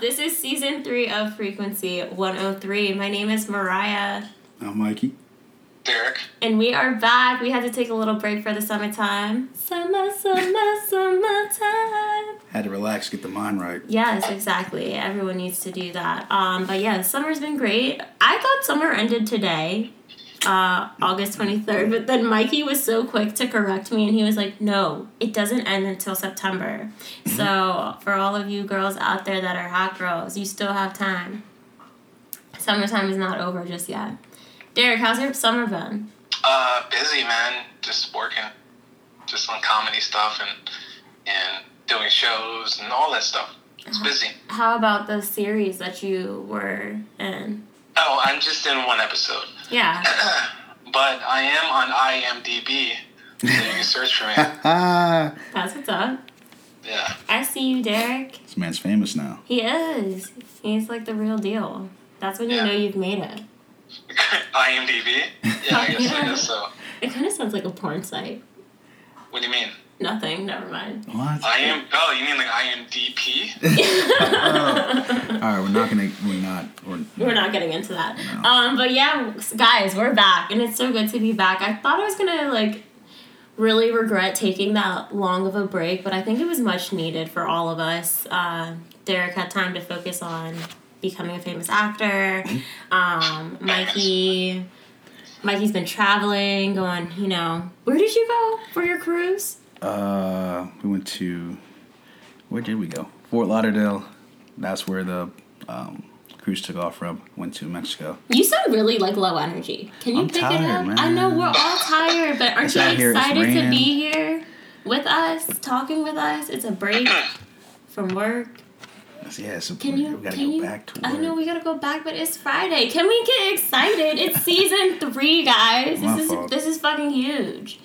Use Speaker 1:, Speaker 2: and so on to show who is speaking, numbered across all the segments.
Speaker 1: This is season three of Frequency 103. My name is Mariah,
Speaker 2: I'm Mikey.
Speaker 3: Derek.
Speaker 1: and we are back. We had to take a little break for the summertime. Summer, summer, summertime.
Speaker 2: Had to relax, get the mind right.
Speaker 1: Yes, exactly. Everyone needs to do that. Um, but yeah, summer's been great. I thought summer ended today, uh, August 23rd, but then Mikey was so quick to correct me and he was like, no, it doesn't end until September. So for all of you girls out there that are hot girls, you still have time. Summertime is not over just yet. Derek, how's your summer been?
Speaker 3: Uh, busy man, just working, just on comedy stuff and and doing shows and all that stuff. It's busy.
Speaker 1: How about the series that you were in?
Speaker 3: Oh, I'm just in one episode,
Speaker 1: Yeah.
Speaker 3: but I am on IMDb, so you can search for me.
Speaker 2: Ah,
Speaker 1: That's what's up.
Speaker 3: Yeah,
Speaker 1: I see you, Derek.
Speaker 2: this man's famous now.
Speaker 1: He is. He's like the real deal. That's when you
Speaker 3: Yeah.
Speaker 1: know you've made it.
Speaker 3: IMDb. Yeah, I guess, I guess so.
Speaker 1: It kind of sounds like a porn site.
Speaker 3: What do you mean?
Speaker 1: Nothing. Never mind.
Speaker 2: What?
Speaker 3: I am. Oh, you mean like IMDb?
Speaker 2: All right, we're not gonna. We're not. We're,
Speaker 1: We're not getting into that.
Speaker 2: No.
Speaker 1: Um, but yeah, guys, we're back, and it's so good to be back. I thought I was gonna like really regret taking that long of a break, but I think it was much needed for all of us. Uh, Derek had time to focus on becoming a famous actor. Um, Mikey, Mikey's been traveling, going. You know, where did you go for your cruise?
Speaker 2: Uh, we went to. Where did we go? Fort Lauderdale. That's where the um, cruise took off from. Went to Mexico.
Speaker 1: You sound really like low energy. Can you
Speaker 2: I'm
Speaker 1: pick it up?
Speaker 2: tired, man.
Speaker 1: I know we're all tired, but aren't
Speaker 2: It's
Speaker 1: you
Speaker 2: out here, it's
Speaker 1: excited to
Speaker 2: raining.
Speaker 1: be here with us, talking with us? It's a break from work.
Speaker 2: That's- Yeah, so
Speaker 1: Can
Speaker 2: we,
Speaker 1: you?
Speaker 2: we gotta
Speaker 1: can
Speaker 2: go
Speaker 1: you?
Speaker 2: back to work.
Speaker 1: I know we gotta go back, but it's Friday. Can we get excited? It's season three, guys.
Speaker 2: My
Speaker 1: This is
Speaker 2: fault.
Speaker 1: this is fucking huge.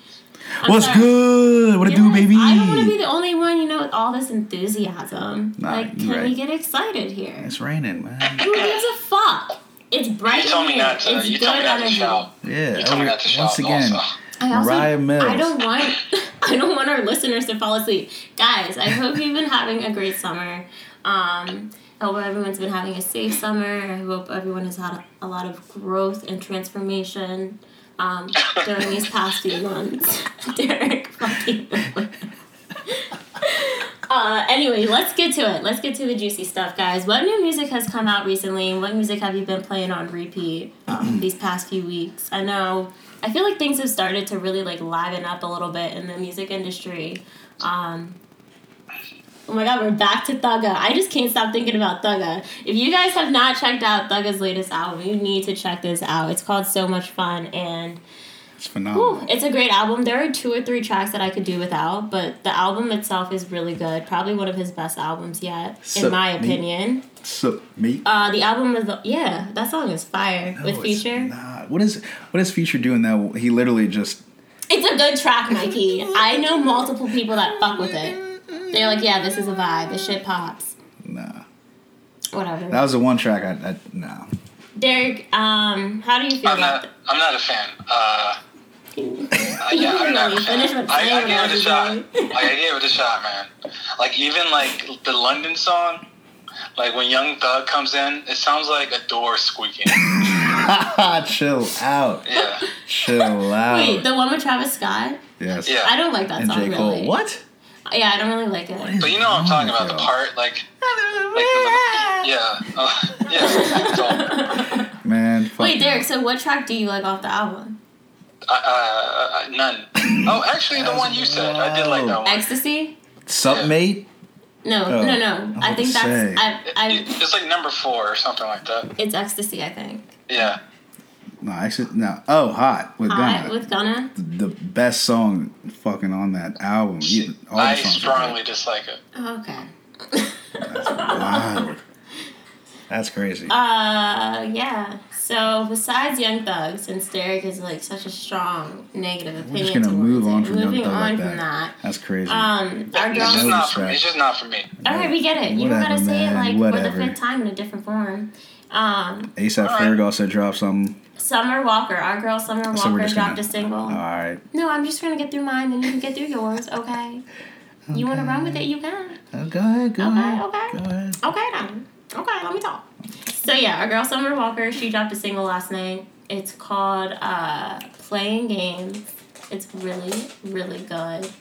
Speaker 1: I'm
Speaker 2: What's
Speaker 1: sorry.
Speaker 2: good? What it do,
Speaker 1: Yes,
Speaker 2: baby?
Speaker 1: I don't want to be the only one, you know, with all this enthusiasm.
Speaker 2: Nah,
Speaker 1: like,
Speaker 2: you're
Speaker 1: can we
Speaker 2: right.
Speaker 1: get excited here?
Speaker 2: it's raining, man.
Speaker 1: Who gives a fuck? It's bright.
Speaker 3: You told
Speaker 1: in
Speaker 3: me
Speaker 1: here.
Speaker 3: not to.
Speaker 1: It's
Speaker 3: You
Speaker 1: good
Speaker 3: told me not to
Speaker 1: energy.
Speaker 3: shout.
Speaker 2: Yeah.
Speaker 3: You told me
Speaker 2: oh,
Speaker 3: not to shout.
Speaker 2: once again,
Speaker 3: Also.
Speaker 1: I also,
Speaker 2: Mariah Mills.
Speaker 1: I don't want I don't want our listeners to fall asleep. Guys, I hope you've been having a great summer. Um, I hope everyone's been having a safe summer. I hope everyone has had a lot of growth and transformation um, during these past few months. Derek, fucking. Uh, anyway, let's get to it. Let's get to the juicy stuff, guys. What new music has come out recently? and What music have you been playing on repeat um, these past few weeks? I know. I feel like things have started to really like liven up a little bit in the music industry. Um, oh my god, we're back to Thugga. I just can't stop thinking about Thugga. If you guys have not checked out Thugga's latest album, you need to check this out. It's called So Much Fun, and
Speaker 2: It's
Speaker 1: Whew,
Speaker 2: phenomenal.
Speaker 1: it's a great album. There are two or three tracks that I could do without, but the album itself is really good. Probably one of his best albums yet,
Speaker 2: So,
Speaker 1: in my
Speaker 2: me-
Speaker 1: opinion.
Speaker 2: So me.
Speaker 1: Uh, the album is the, yeah, that song is fire
Speaker 2: No,
Speaker 1: with
Speaker 2: it's
Speaker 1: Future.
Speaker 2: Not. What is what is Future doing that? He literally just
Speaker 1: It's a good track, Mikey. I know multiple people that fuck with it. They're like, yeah, this is a vibe. This shit pops.
Speaker 2: nah.
Speaker 1: Whatever.
Speaker 2: That was the one track I, I nah.
Speaker 1: Derek, um, how do you feel
Speaker 3: I'm
Speaker 1: about
Speaker 3: not. I'm not a fan. Uh, I,
Speaker 1: You
Speaker 3: yeah,
Speaker 1: didn't
Speaker 3: I'm not
Speaker 1: really
Speaker 3: a fan.
Speaker 1: finish what
Speaker 3: I, I
Speaker 1: saying
Speaker 3: gave it a shot.
Speaker 1: about
Speaker 3: Like, I gave it a shot, man. Like even like the London song, like when Young Thug comes in, it sounds like a door squeaking.
Speaker 2: Chill out.
Speaker 3: yeah,
Speaker 2: Chill out.
Speaker 1: Wait, the one with Travis Scott?
Speaker 2: yes.
Speaker 3: Yeah.
Speaker 1: I don't like that
Speaker 2: Um, And
Speaker 1: song
Speaker 2: J. Cole.
Speaker 1: really.
Speaker 2: What?
Speaker 1: Yeah, I don't really like it.
Speaker 3: but you know what I'm
Speaker 2: Oh
Speaker 3: talking about. The
Speaker 2: Yeah.
Speaker 3: part like, like the, yeah, uh, yeah. So, uh,
Speaker 2: Man, fuck
Speaker 1: Wait,
Speaker 2: you.
Speaker 1: Derek, so what track do you like off the album?
Speaker 3: uh, uh, none. Oh, actually, the one you said, I did like that one.
Speaker 1: Ecstasy?
Speaker 2: Sup, mate?
Speaker 1: No,
Speaker 2: Oh,
Speaker 1: no, no.
Speaker 2: I
Speaker 1: I,
Speaker 2: would
Speaker 1: think
Speaker 2: say.
Speaker 1: that's I, I.
Speaker 3: It's like number four or something like that.
Speaker 1: It's ecstasy. I think.
Speaker 3: Yeah.
Speaker 2: No, actually no. Oh, hot with
Speaker 1: Hot
Speaker 2: Gunna.
Speaker 1: with Gunna.
Speaker 2: the best song fucking on that album. Even- all the
Speaker 3: I
Speaker 2: songs are
Speaker 3: strongly dislike it.
Speaker 1: Oh, okay.
Speaker 2: great. Wow. That's crazy.
Speaker 1: Uh, yeah. So besides Young Thug, since Derek is like such a strong negative opinion,
Speaker 2: We're just gonna
Speaker 1: towards
Speaker 2: move
Speaker 1: it,
Speaker 2: on from Young
Speaker 1: moving
Speaker 2: Thug
Speaker 1: on
Speaker 2: like
Speaker 1: from
Speaker 2: that.
Speaker 1: that.
Speaker 2: That's crazy.
Speaker 1: Um, our
Speaker 3: It's just
Speaker 1: girl.
Speaker 2: No
Speaker 3: not for me.
Speaker 2: respect.
Speaker 3: It's just not for me.
Speaker 1: All right, we get it. You don't
Speaker 2: Whatever,
Speaker 1: gotta say it
Speaker 2: man,
Speaker 1: like for
Speaker 2: whatever.
Speaker 1: the fifth time in a different form. Um,
Speaker 2: ASAP
Speaker 3: All right.
Speaker 2: Ferg also dropped something.
Speaker 1: Summer Walker, our girl Summer Walker
Speaker 2: So we're just
Speaker 1: dropped
Speaker 2: gonna- Oh,
Speaker 1: a single.
Speaker 2: All right.
Speaker 1: No, I'm just gonna get through mine, and you can get through yours. Okay. You wanna run with it? You can.
Speaker 2: Oh, go ahead. Go
Speaker 1: Okay,
Speaker 2: ahead.
Speaker 1: okay.
Speaker 2: Go ahead.
Speaker 1: Okay then. Okay. So yeah, our girl Summer Walker, she dropped a single last night. It's called uh, "Playing Games." It's really, really good.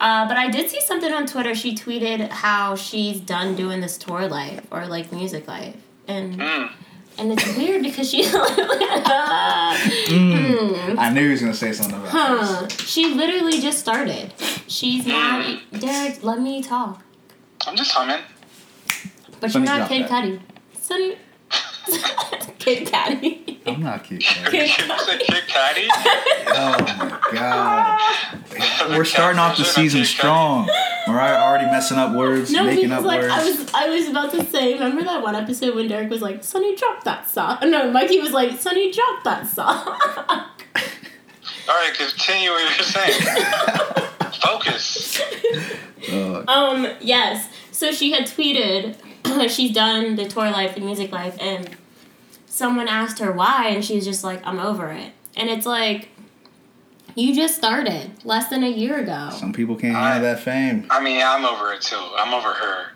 Speaker 1: Uh, but I did see something on Twitter. She tweeted how she's done doing this tour life or like music life, and
Speaker 3: Mm.
Speaker 1: and it's weird because she Hmm.
Speaker 2: I knew he was gonna say something about this.
Speaker 1: Huh. She literally just started. She's now Derek. Let me talk.
Speaker 3: I'm just humming.
Speaker 1: But
Speaker 2: Let
Speaker 1: you're
Speaker 2: me
Speaker 1: not
Speaker 2: drop
Speaker 1: Kid
Speaker 2: that.
Speaker 1: Cudi. Sonny. Kid Cudi.
Speaker 2: I'm not kidding.
Speaker 1: Kid
Speaker 3: It's a
Speaker 1: Cudi.
Speaker 3: Kid Cudi.
Speaker 2: Oh my god. We're starting off the season strong. Mariah already messing up words,
Speaker 1: No,
Speaker 2: making
Speaker 1: because
Speaker 2: up
Speaker 1: like
Speaker 2: words.
Speaker 1: I was, I was about to say. Remember that one episode when Derek was like, "Sonny, drop that song." No, Mikey was like, "Sonny, drop that song."
Speaker 3: All right, continue what you were saying. Focus.
Speaker 2: Ugh.
Speaker 1: Um, yes. So she had tweeted she's done the tour life, the music life, and someone asked her why, and she's just like, I'm over it. And it's like, you just started less than a year ago.
Speaker 2: Some people can't handle that fame.
Speaker 3: I mean, I'm over it too. I'm over her.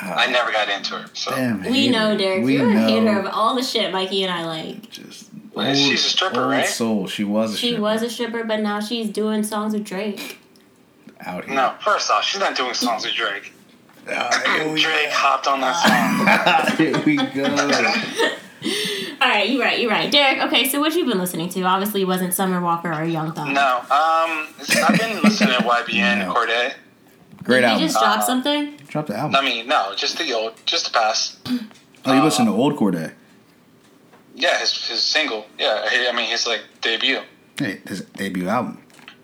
Speaker 3: I
Speaker 2: Ah,
Speaker 3: never got into her. So
Speaker 2: damn,
Speaker 1: We
Speaker 2: hater.
Speaker 1: know, Derek.
Speaker 2: We
Speaker 1: you're a hater
Speaker 2: know.
Speaker 1: of all the shit Mikey and I like.
Speaker 2: Just
Speaker 3: Well, she's a stripper,
Speaker 2: old
Speaker 3: right?
Speaker 2: soul. She was a
Speaker 1: She
Speaker 2: stripper.
Speaker 1: was a stripper, but now she's doing songs with Drake.
Speaker 2: out here.
Speaker 3: no, first off, she's not doing songs with Drake.
Speaker 2: Ah, here we
Speaker 3: Drake hopped on that
Speaker 2: Ah.
Speaker 3: song.
Speaker 2: go. here we go.
Speaker 1: All right, you're right, you're right. Derek, okay, so what you've been listening to obviously wasn't Summer Walker or Young Thug.
Speaker 3: No, um, I've been listening to YBN
Speaker 2: No.
Speaker 3: Corday.
Speaker 2: Great
Speaker 1: Did you
Speaker 2: album.
Speaker 1: just
Speaker 3: Uh,
Speaker 1: drop something?
Speaker 2: Drop the album.
Speaker 3: I mean, no, just the old, just the past.
Speaker 2: Oh, you listen to Old Corday.
Speaker 3: Yeah, his his single. Yeah, I I mean, his like debut.
Speaker 2: Hey, his debut album.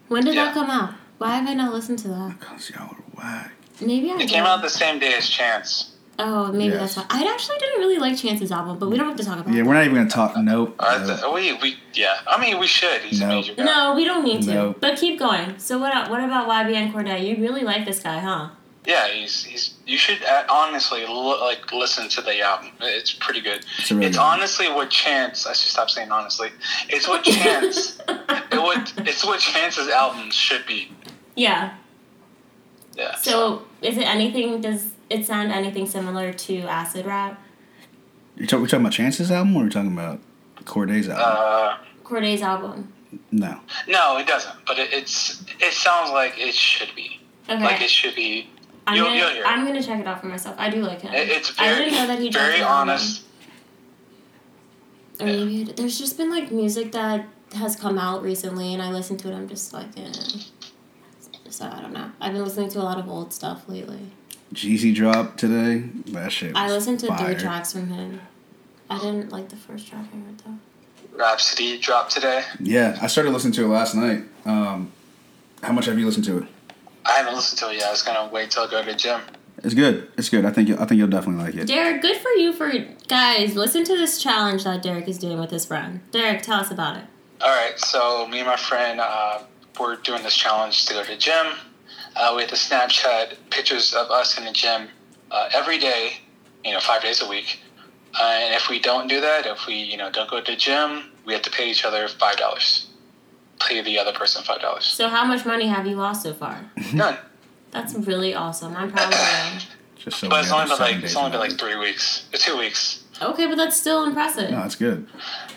Speaker 1: When did
Speaker 3: Yeah.
Speaker 1: that come out? Why have I not listened to that?
Speaker 2: Cause y'all are whack.
Speaker 1: Maybe I
Speaker 3: It came
Speaker 2: Hmm.
Speaker 1: will.
Speaker 3: out the same day as Chance.
Speaker 1: Oh, maybe
Speaker 2: Yes.
Speaker 1: that's why. I actually didn't really like Chance's album, but we don't have to talk about
Speaker 2: Yeah,
Speaker 1: it.
Speaker 2: we're not even gonna talk. Nope.
Speaker 3: Uh,
Speaker 2: nope.
Speaker 3: th- we we yeah. I mean, we should. He's a
Speaker 2: No.
Speaker 3: major guy.
Speaker 1: No, we don't need to.
Speaker 2: No.
Speaker 1: But keep going. So what? uh, What about YBN Corday? You really like this guy, huh?
Speaker 3: Yeah, he's he's. You should uh, honestly l- like listen to the album. It's pretty good.
Speaker 2: It's a really
Speaker 3: it's
Speaker 2: good album.
Speaker 3: honestly what Chance. I should stop saying honestly. It's what Chance. it would. It's what Chance's albums should be.
Speaker 1: Yeah.
Speaker 3: Yeah.
Speaker 1: So is it anything? Does it sound anything similar to Acid Rap?
Speaker 2: You talk, we talking about Chance's album, or we talking about Corday's album?
Speaker 3: uh,
Speaker 1: Corday's album.
Speaker 2: no.
Speaker 3: no, it doesn't. But it, it's it sounds like it should be.
Speaker 1: Okay.
Speaker 3: Like it should be.
Speaker 1: I'm
Speaker 3: you'll-
Speaker 1: gonna,
Speaker 3: you'll hear it.
Speaker 1: I'm gonna check it out for myself. I do like him.
Speaker 3: It- It's
Speaker 1: I
Speaker 3: very
Speaker 1: didn't know that he dropped
Speaker 3: very
Speaker 1: an album.
Speaker 3: honest.
Speaker 1: Or maybe it- there's just been like music that has come out recently, and I listen to it. I'm just like, eh. so I don't know. I've been listening to a lot of old stuff lately.
Speaker 2: Jeezy dropped today. That shit. Was
Speaker 1: I listened to
Speaker 2: fire.
Speaker 1: three tracks from him. I didn't like the first track I heard though.
Speaker 3: Rhapsody dropped today.
Speaker 2: Yeah, I started listening to it last night. Um, how much have you listened to it?
Speaker 3: I haven't listened to it yet. I was gonna wait till I go to the gym.
Speaker 2: It's good. It's good. I think you'll, I think you'll definitely like it.
Speaker 1: Derek, good for you for guys. Listen to this challenge that Derek is doing with his friend. Derek, tell us about it.
Speaker 3: All right, so me and my friend uh, we're doing this challenge to go to the gym. Uh, we have to Snapchat pictures of us in the gym uh, every day, you know, five days a week. Uh, and if we don't do that, if we you know don't go to the gym, we have to pay each other five dollars. Pay the other person five dollars.
Speaker 1: So, how much money have you lost so far?
Speaker 3: None.
Speaker 1: That's really awesome. I'm proud of
Speaker 2: Just so. we
Speaker 3: But it's
Speaker 2: have
Speaker 3: only been
Speaker 2: seven
Speaker 3: like
Speaker 2: days
Speaker 3: it's only been
Speaker 2: left.
Speaker 3: like three weeks, Uh, two weeks.
Speaker 1: you. Okay, but that's still impressive.
Speaker 2: No, it's good.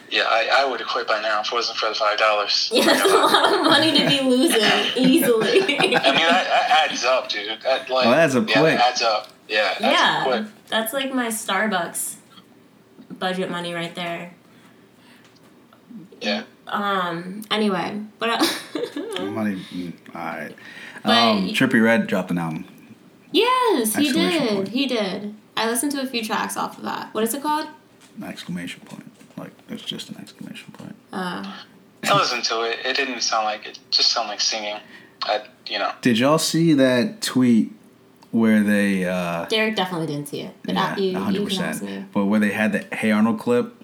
Speaker 3: Yeah, I, I would have quit by now if it wasn't for the five dollars.
Speaker 1: Yeah, that's a lot of money to be losing easily.
Speaker 3: I mean, that, that adds up, dude. That, like,
Speaker 2: Oh, that adds up
Speaker 3: yeah,
Speaker 2: quick.
Speaker 3: that adds up. Yeah, it adds up
Speaker 1: yeah,
Speaker 3: quick.
Speaker 1: that's like my Starbucks budget money right there.
Speaker 3: Yeah.
Speaker 1: Um. Anyway, but. uh,
Speaker 2: I'm not even. All right.
Speaker 1: But
Speaker 2: Um,
Speaker 1: y-
Speaker 2: Trippy Red dropped an album.
Speaker 1: Yes, he
Speaker 2: Exclamation
Speaker 1: did.
Speaker 2: point.
Speaker 1: He did. I listened to a few tracks off of that. What is it called?
Speaker 2: Exclamation point. Like it's just an exclamation point.
Speaker 1: Uh,
Speaker 3: I listened to it. It didn't sound like it. Just sounded like singing. I, you know,
Speaker 2: Did y'all see that tweet where they? uh
Speaker 1: Derek definitely didn't see it, but
Speaker 2: Yeah,
Speaker 1: uh, you, you can ask me.
Speaker 2: 100%. But where they had the Hey Arnold clip,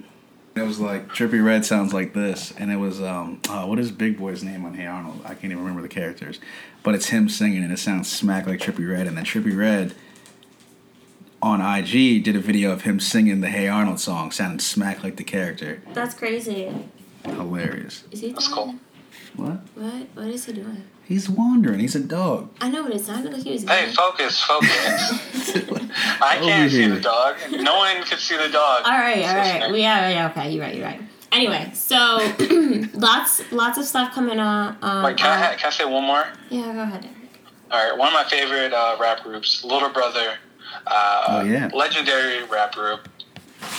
Speaker 2: it was like Trippy Red sounds like this, and it was um uh, what is Big Boy's name on Hey Arnold? I can't even remember the characters, but it's him singing, and it sounds smack like Trippy Red, and then Trippy Red on IG did a video of him singing the Hey Arnold song, sounding smack like the character.
Speaker 1: That's crazy.
Speaker 2: Hilarious.
Speaker 1: Is he?
Speaker 3: That's
Speaker 1: dying?
Speaker 3: cool.
Speaker 2: What?
Speaker 1: What? What is he doing?
Speaker 2: He's wandering. He's a dog.
Speaker 1: I know, but it sounded like he was.
Speaker 2: Mm-hmm.
Speaker 3: Hey,
Speaker 1: going.
Speaker 3: focus, focus. I
Speaker 2: Over
Speaker 3: can't see
Speaker 2: here.
Speaker 3: the dog. No one can see the dog.
Speaker 1: All right, all right.
Speaker 3: Listener.
Speaker 1: We are, yeah, okay. You're right, you're right. Anyway, so lots, lots of stuff coming on. Um,
Speaker 3: Wait, can, I,
Speaker 1: on-
Speaker 3: ha- can I say one more?
Speaker 1: yeah, go ahead. Eric.
Speaker 3: All right, one of my favorite uh, rap groups, Little Brother. Uh,
Speaker 2: Oh, yeah.
Speaker 3: Legendary rap group.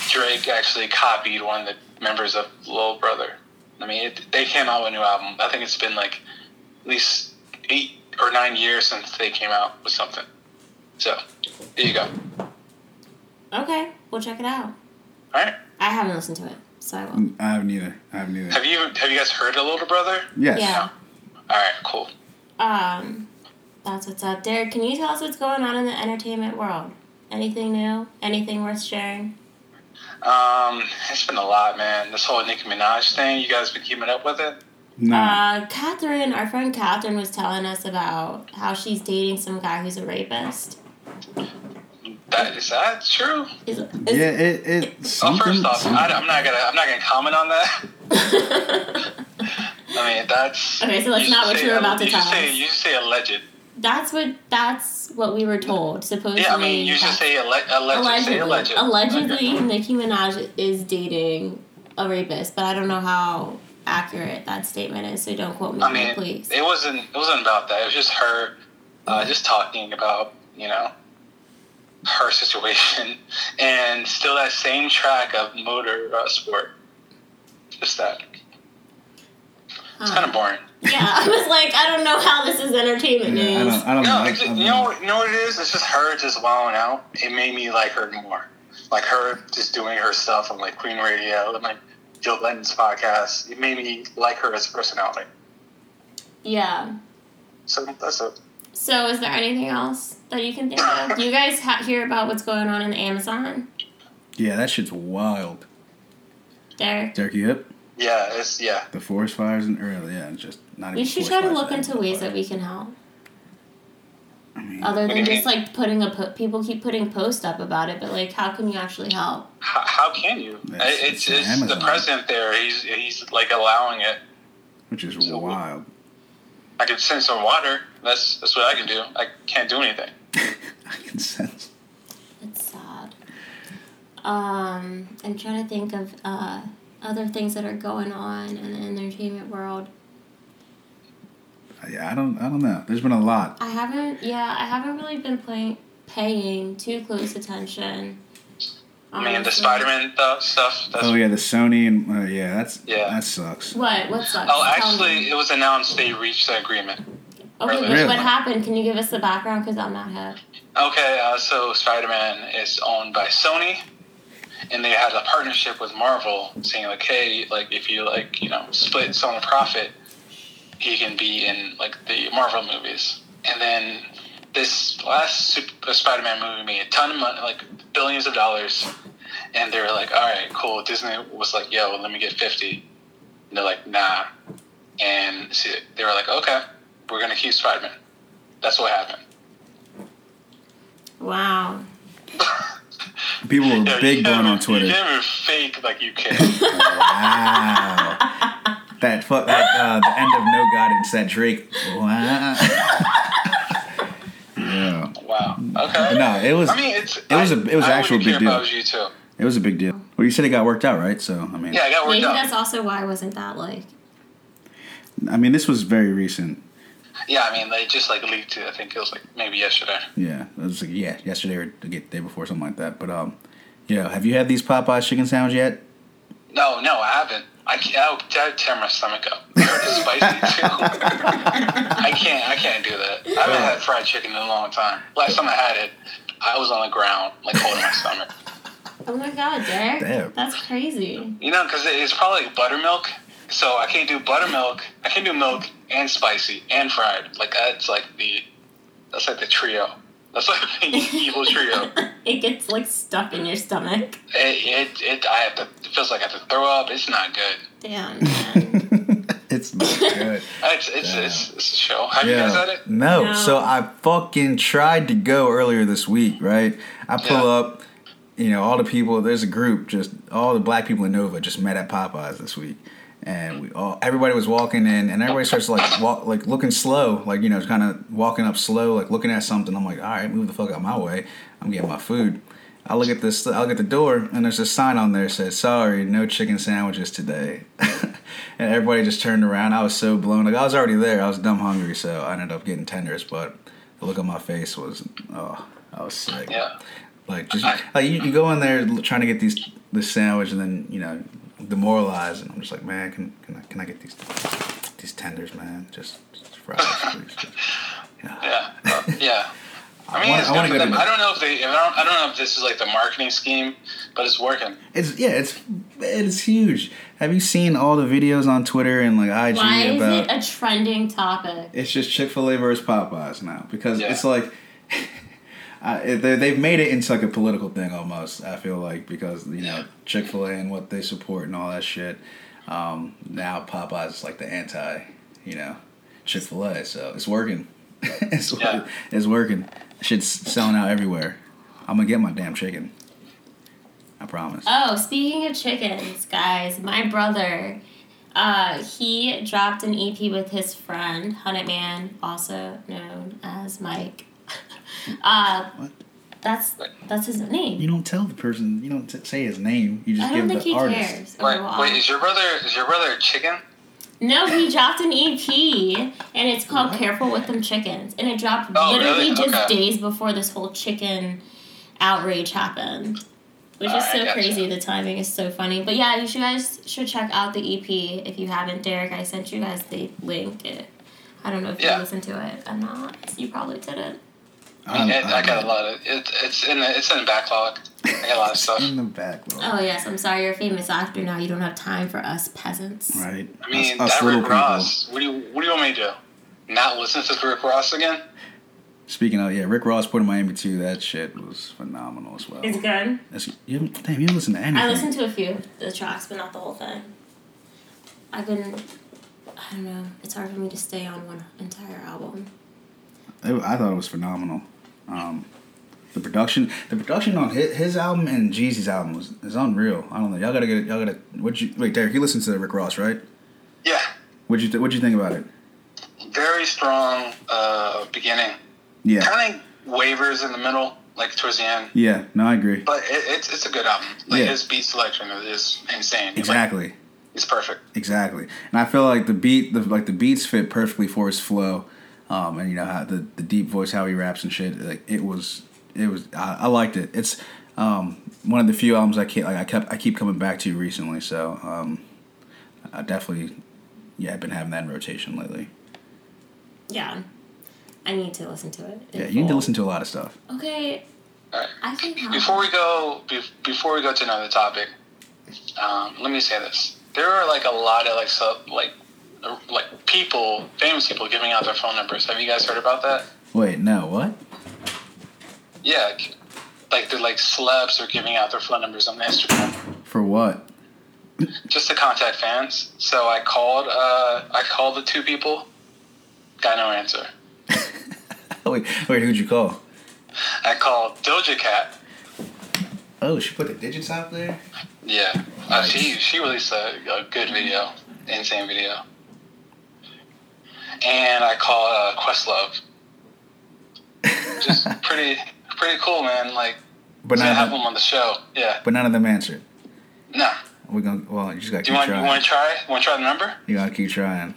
Speaker 3: Drake actually copied one of the members of Little Brother. I mean, it, they came out with a new album. I think it's been like at least eight or nine years since they came out with something. So, there you go. All
Speaker 1: Okay, we'll check it out.
Speaker 3: right.
Speaker 1: I haven't listened to it, so I will.
Speaker 2: Mm, I haven't either. I haven't either.
Speaker 3: Have you have you guys heard of Little Brother?
Speaker 2: Yes.
Speaker 1: Yeah.
Speaker 3: All right, cool.
Speaker 1: Um, that's what's up. Derek, can you tell us what's going on in the entertainment world? Anything new? Anything worth sharing?
Speaker 3: Um, it's been a lot, man. This whole Nicki Minaj thing. You guys been keeping up with it?
Speaker 2: No.
Speaker 1: Uh, Catherine, our friend Catherine, was telling us about how she's dating some guy who's a rapist.
Speaker 3: That is that true?
Speaker 1: Is, is,
Speaker 2: yeah. It. It.
Speaker 3: Well,
Speaker 2: Something,
Speaker 3: first off,
Speaker 2: something-
Speaker 3: I, am not gonna I'm not gonna comment on that. I mean, that's
Speaker 1: Okay, so that's
Speaker 3: you
Speaker 1: not
Speaker 3: should
Speaker 1: what
Speaker 3: say
Speaker 1: you were
Speaker 3: alle-
Speaker 1: about to
Speaker 3: you
Speaker 1: tell
Speaker 3: should say,
Speaker 1: us.
Speaker 3: You should say alleged.
Speaker 1: that's what that's what we were told. Supposedly,
Speaker 3: Yeah, I mean, you should
Speaker 1: that-
Speaker 3: say alle- alleged.
Speaker 1: allegedly,
Speaker 3: Say alleged.
Speaker 1: allegedly, Nicki Minaj is dating a rapist, but I don't know how accurate that statement is. So don't quote me,
Speaker 3: I mean,
Speaker 1: please.
Speaker 3: it wasn't it wasn't about that. It was just her, uh, just talking about you know her situation, and still that same track of motor uh, sport. Just that. It's
Speaker 1: Huh.
Speaker 3: kind of boring.
Speaker 1: yeah, I was like, I don't know how this is entertainment
Speaker 2: yeah, I
Speaker 1: news.
Speaker 2: don't. I don't
Speaker 3: No,
Speaker 2: know.
Speaker 3: it's,
Speaker 2: I- I
Speaker 3: you
Speaker 2: don't
Speaker 3: know, what- you know what it is. It's just her just wilding out. It made me like her more, like her just doing her stuff on like Queen Radio and like Jill Lenton's podcast. It made me like her as a personality.
Speaker 1: yeah.
Speaker 3: So that's it.
Speaker 1: So, is there anything else that you can think of? Do you guys ha- hear about what's going on in the Amazon,
Speaker 2: Yeah, that shit's wild.
Speaker 1: Derek?
Speaker 2: Derek, you up?
Speaker 3: Yeah, it's yeah.
Speaker 2: The forest fires in early. Yeah, it's just not even.
Speaker 1: We should
Speaker 2: forest
Speaker 1: try to
Speaker 2: fires,
Speaker 1: look
Speaker 2: that
Speaker 1: into
Speaker 2: was
Speaker 1: ways
Speaker 2: fire.
Speaker 1: that we can help.
Speaker 2: I mean,
Speaker 1: Other
Speaker 3: What do
Speaker 1: than
Speaker 3: you
Speaker 1: just
Speaker 3: mean?
Speaker 1: like putting a po- people keep putting posts up about it, but like, how can you actually help?
Speaker 3: How, how can you?
Speaker 2: That's- it's
Speaker 3: it's it's, the
Speaker 2: Amazon.
Speaker 3: president there. He's he's like allowing it.
Speaker 2: which is
Speaker 3: So-
Speaker 2: wild.
Speaker 3: I could send some water. That's that's what I can do. I can't do anything.
Speaker 2: I can sense.
Speaker 1: It's sad. Um, I'm trying to think of uh, other things that are going on in the entertainment world.
Speaker 2: Yeah, I don't. I don't know. There's been a lot.
Speaker 1: I haven't, yeah, I haven't really been playing, paying too close attention.
Speaker 3: I mean, the
Speaker 1: honestly.
Speaker 3: Spider Man stuff. That's
Speaker 2: Oh yeah, the Sony and uh, yeah, that's
Speaker 3: Yeah.
Speaker 2: that sucks.
Speaker 1: What? What sucks?
Speaker 3: Oh,
Speaker 1: Tell
Speaker 3: actually,
Speaker 1: me.
Speaker 3: it was announced they reached an agreement.
Speaker 1: Okay, but
Speaker 2: Really?
Speaker 1: what happened? Can you give us the background? Because I'm not hip.
Speaker 3: Okay, uh, so Spider Man is owned by Sony, and they had a partnership with Marvel, saying like, hey, like if you like, you know, split Sony profit, he can be in like the Marvel movies. And then this last Spider Man movie made a ton of money, like billions of dollars, and they were like, all right, cool. Disney was like, yo, let me get fifty. And they're like, nah. And so they were like, okay, we're gonna keep Spider Man. That's what happened.
Speaker 1: Wow.
Speaker 2: People were
Speaker 3: Yeah,
Speaker 2: big
Speaker 3: you
Speaker 2: blowing
Speaker 3: can't-
Speaker 2: on Twitter. Oh,
Speaker 3: You can't even fake like you can.
Speaker 2: Wow. That fuck that uh, the end of No Guidance that Drake. Wow. yeah.
Speaker 3: wow. Okay.
Speaker 2: No, it was
Speaker 3: I mean, it's
Speaker 2: It was a- it was
Speaker 3: I,
Speaker 2: actual
Speaker 3: I wouldn't
Speaker 2: big
Speaker 3: care
Speaker 2: deal.
Speaker 3: If I was you too.
Speaker 2: it was a big deal. Well, you said it got worked out, right? So I mean,
Speaker 3: Yeah, I got worked
Speaker 1: Maybe
Speaker 3: out.
Speaker 1: that's also why I wasn't that like.
Speaker 2: I mean, this was very recent.
Speaker 3: Yeah, I mean, they just like leaked it. I think it was like maybe yesterday.
Speaker 2: Yeah, it was like yeah, yesterday or the day before, something like that. But um, yeah, have you had these Popeyes chicken sandwich yet?
Speaker 3: No, no, I haven't. I can't. I'll, I'll tear my stomach up. I heard it's spicy too. I can't. I can't do that. I haven't had fried chicken in a long time. Last time I had it, I was on the ground, like holding my stomach.
Speaker 1: Oh my god, Derek.
Speaker 2: Damn.
Speaker 1: That's crazy.
Speaker 3: You know, because it's probably like buttermilk. So I can't do buttermilk. I can't do milk and spicy and fried. Like that's like the that's like the trio. That's like the evil trio.
Speaker 1: it gets like stuck in your stomach.
Speaker 3: It, it it I have to. It feels like I have to throw up. It's not good.
Speaker 1: Damn. Man.
Speaker 2: it's not good.
Speaker 3: It's it's it's, it's a show. Have you guys had it?
Speaker 2: No.
Speaker 1: No.
Speaker 2: So I fucking tried to go earlier this week, right? I pull
Speaker 3: Yeah.
Speaker 2: up, you know, all the people, there's a group, just all the black people in Nova just met at Popeyes this week. and we all everybody was walking in and everybody starts like walk like looking slow like you know kind of walking up slow like looking at something i'm like all right move the fuck out my way i'm getting my food i look at this i look at the door and there's a sign on there that says sorry no chicken sandwiches today and everybody just turned around i was so blown like i was already there i was dumb hungry so i ended up getting tenders but the look on my face was oh i was sick
Speaker 3: Yeah.
Speaker 2: like just like you, you go in there trying to get these this sandwich and then you know demoralized and I'm just like man can can I, can I get these these tenders man just, just fries please. Yeah.
Speaker 3: Yeah, uh, yeah. I mean,
Speaker 2: wanna-
Speaker 3: it's
Speaker 2: I
Speaker 3: good
Speaker 2: wanna go
Speaker 3: for
Speaker 2: to
Speaker 3: them.
Speaker 2: the-
Speaker 3: I don't know if they. I don't, I don't know if this is like the marketing scheme, but it's working.
Speaker 2: It's yeah it's it's huge. Have you seen all the videos on Twitter and like IG
Speaker 1: Why is
Speaker 2: about
Speaker 1: it a trending topic?
Speaker 2: It's just Chick Fil A versus Popeyes now because
Speaker 3: Yeah.
Speaker 2: it's like I, it- they- they've made it into like a political thing almost. I feel like because you know Chick Fil A and what they support and all that shit. Um, now Popeyes is like the anti, you know, Chick Fil A. So it's working. it's, wor-
Speaker 3: Yeah.
Speaker 2: it's working. Shit's selling out everywhere. I'm gonna get my damn chicken. I promise.
Speaker 1: Oh, speaking of chickens, guys, my brother, uh, he dropped an EP with his friend, Hunted Man, also known as Mike. uh,
Speaker 2: What?
Speaker 1: That's that's his name.
Speaker 2: you don't tell the person. You don't t- say his name. You just
Speaker 1: I don't
Speaker 2: give
Speaker 1: think
Speaker 2: the
Speaker 1: he
Speaker 2: artist.
Speaker 1: cares. Oh,
Speaker 3: Wait,
Speaker 1: overall.
Speaker 3: wait, is your brother is your brother a chicken?
Speaker 1: No, he dropped an EP, and it's called "Careful with Them Chickens," and it dropped
Speaker 3: Oh,
Speaker 1: literally
Speaker 3: really?
Speaker 1: just
Speaker 3: Okay.
Speaker 1: days before this whole chicken outrage happened, which is
Speaker 3: Alright,
Speaker 1: so
Speaker 3: gotcha.
Speaker 1: crazy. The timing is so funny, but yeah, you should guys should check out the EP if you haven't. Derek, I sent you guys the link. It, I don't know if
Speaker 3: Yeah.
Speaker 1: you listened to it or not. You probably didn't.
Speaker 3: I,
Speaker 2: I'm-
Speaker 3: it, I
Speaker 2: I'm-
Speaker 3: got a lot of it, it's in the, it's in the backlog. I got a lot of stuff.
Speaker 2: in the back. Lord.
Speaker 1: Oh yes, I'm sorry. You're a famous actor now. You don't have time for us peasants.
Speaker 2: Right.
Speaker 3: I
Speaker 2: Us-
Speaker 3: mean,
Speaker 2: us
Speaker 3: that
Speaker 2: little
Speaker 3: Rick
Speaker 2: people.
Speaker 3: Ross. What do you what do you want me to do? Not listen to Rick Ross again?
Speaker 2: Speaking of, yeah, Rick Ross put in Miami too. That shit was phenomenal as well.
Speaker 1: It's good.
Speaker 2: That's- you haven't- damn, you listen to anything.
Speaker 1: I listened to a few of the tracks, but not the whole thing. I couldn't. I don't know. It's hard for me to stay on one entire album.
Speaker 2: It- I thought it was phenomenal. Um, the production, the production on his, his album and Jeezy's album was is unreal. I don't know. Y'all gotta get. Y'all gotta. What you wait, Derek? You listened to Rick Ross, right?
Speaker 3: Yeah,
Speaker 2: What you th- What you think about it?
Speaker 3: very strong uh, beginning.
Speaker 2: Yeah.
Speaker 3: Kind of wavers in the middle, like towards the end.
Speaker 2: Yeah. No, I agree.
Speaker 3: But it, it's it's a good album. Like
Speaker 2: Yeah.
Speaker 3: his beat selection is insane. It's like-
Speaker 2: Exactly.
Speaker 3: it's perfect.
Speaker 2: Exactly, and I feel like the beat, the like the beats fit perfectly for his flow, um, and you know how the, the deep voice, how he raps and shit. Like it was, it was. I, I liked it. It's um, one of the few albums I can't like. I kept I keep coming back to recently, so um, I definitely yeah, I've been having that in rotation lately.
Speaker 1: Yeah, I need to listen to it.
Speaker 2: Yeah, you need to listen to a lot of stuff.
Speaker 1: To- okay,
Speaker 3: All right.
Speaker 1: I think
Speaker 3: Before we go, be, before we go to another topic, um, let me say this: there are like a lot of like sub like uh, like people, famous people, giving out their phone numbers. Have you guys heard about that?
Speaker 2: Wait, no, what?
Speaker 3: Yeah, like- like the like celebs are giving out their phone numbers on Instagram
Speaker 2: For what?
Speaker 3: just to contact fans. So I called. Uh, I called the two people. Got no answer.
Speaker 2: wait, wait, who'd you call?
Speaker 3: I called Doja Cat.
Speaker 2: Oh, she put the digits out there.
Speaker 3: Yeah, uh, she she released a, a good video, insane video. And I call uh, Questlove. Just pretty pretty cool, man. Like
Speaker 2: But
Speaker 3: to
Speaker 2: none,
Speaker 3: have him
Speaker 2: of,
Speaker 3: on the show. Yeah.
Speaker 2: but none of them answered.
Speaker 3: No.
Speaker 2: We're gonna. Well, you just gotta keep
Speaker 3: Do you want you
Speaker 2: trying.
Speaker 3: want to try? Want to try the number?
Speaker 2: You gotta keep trying.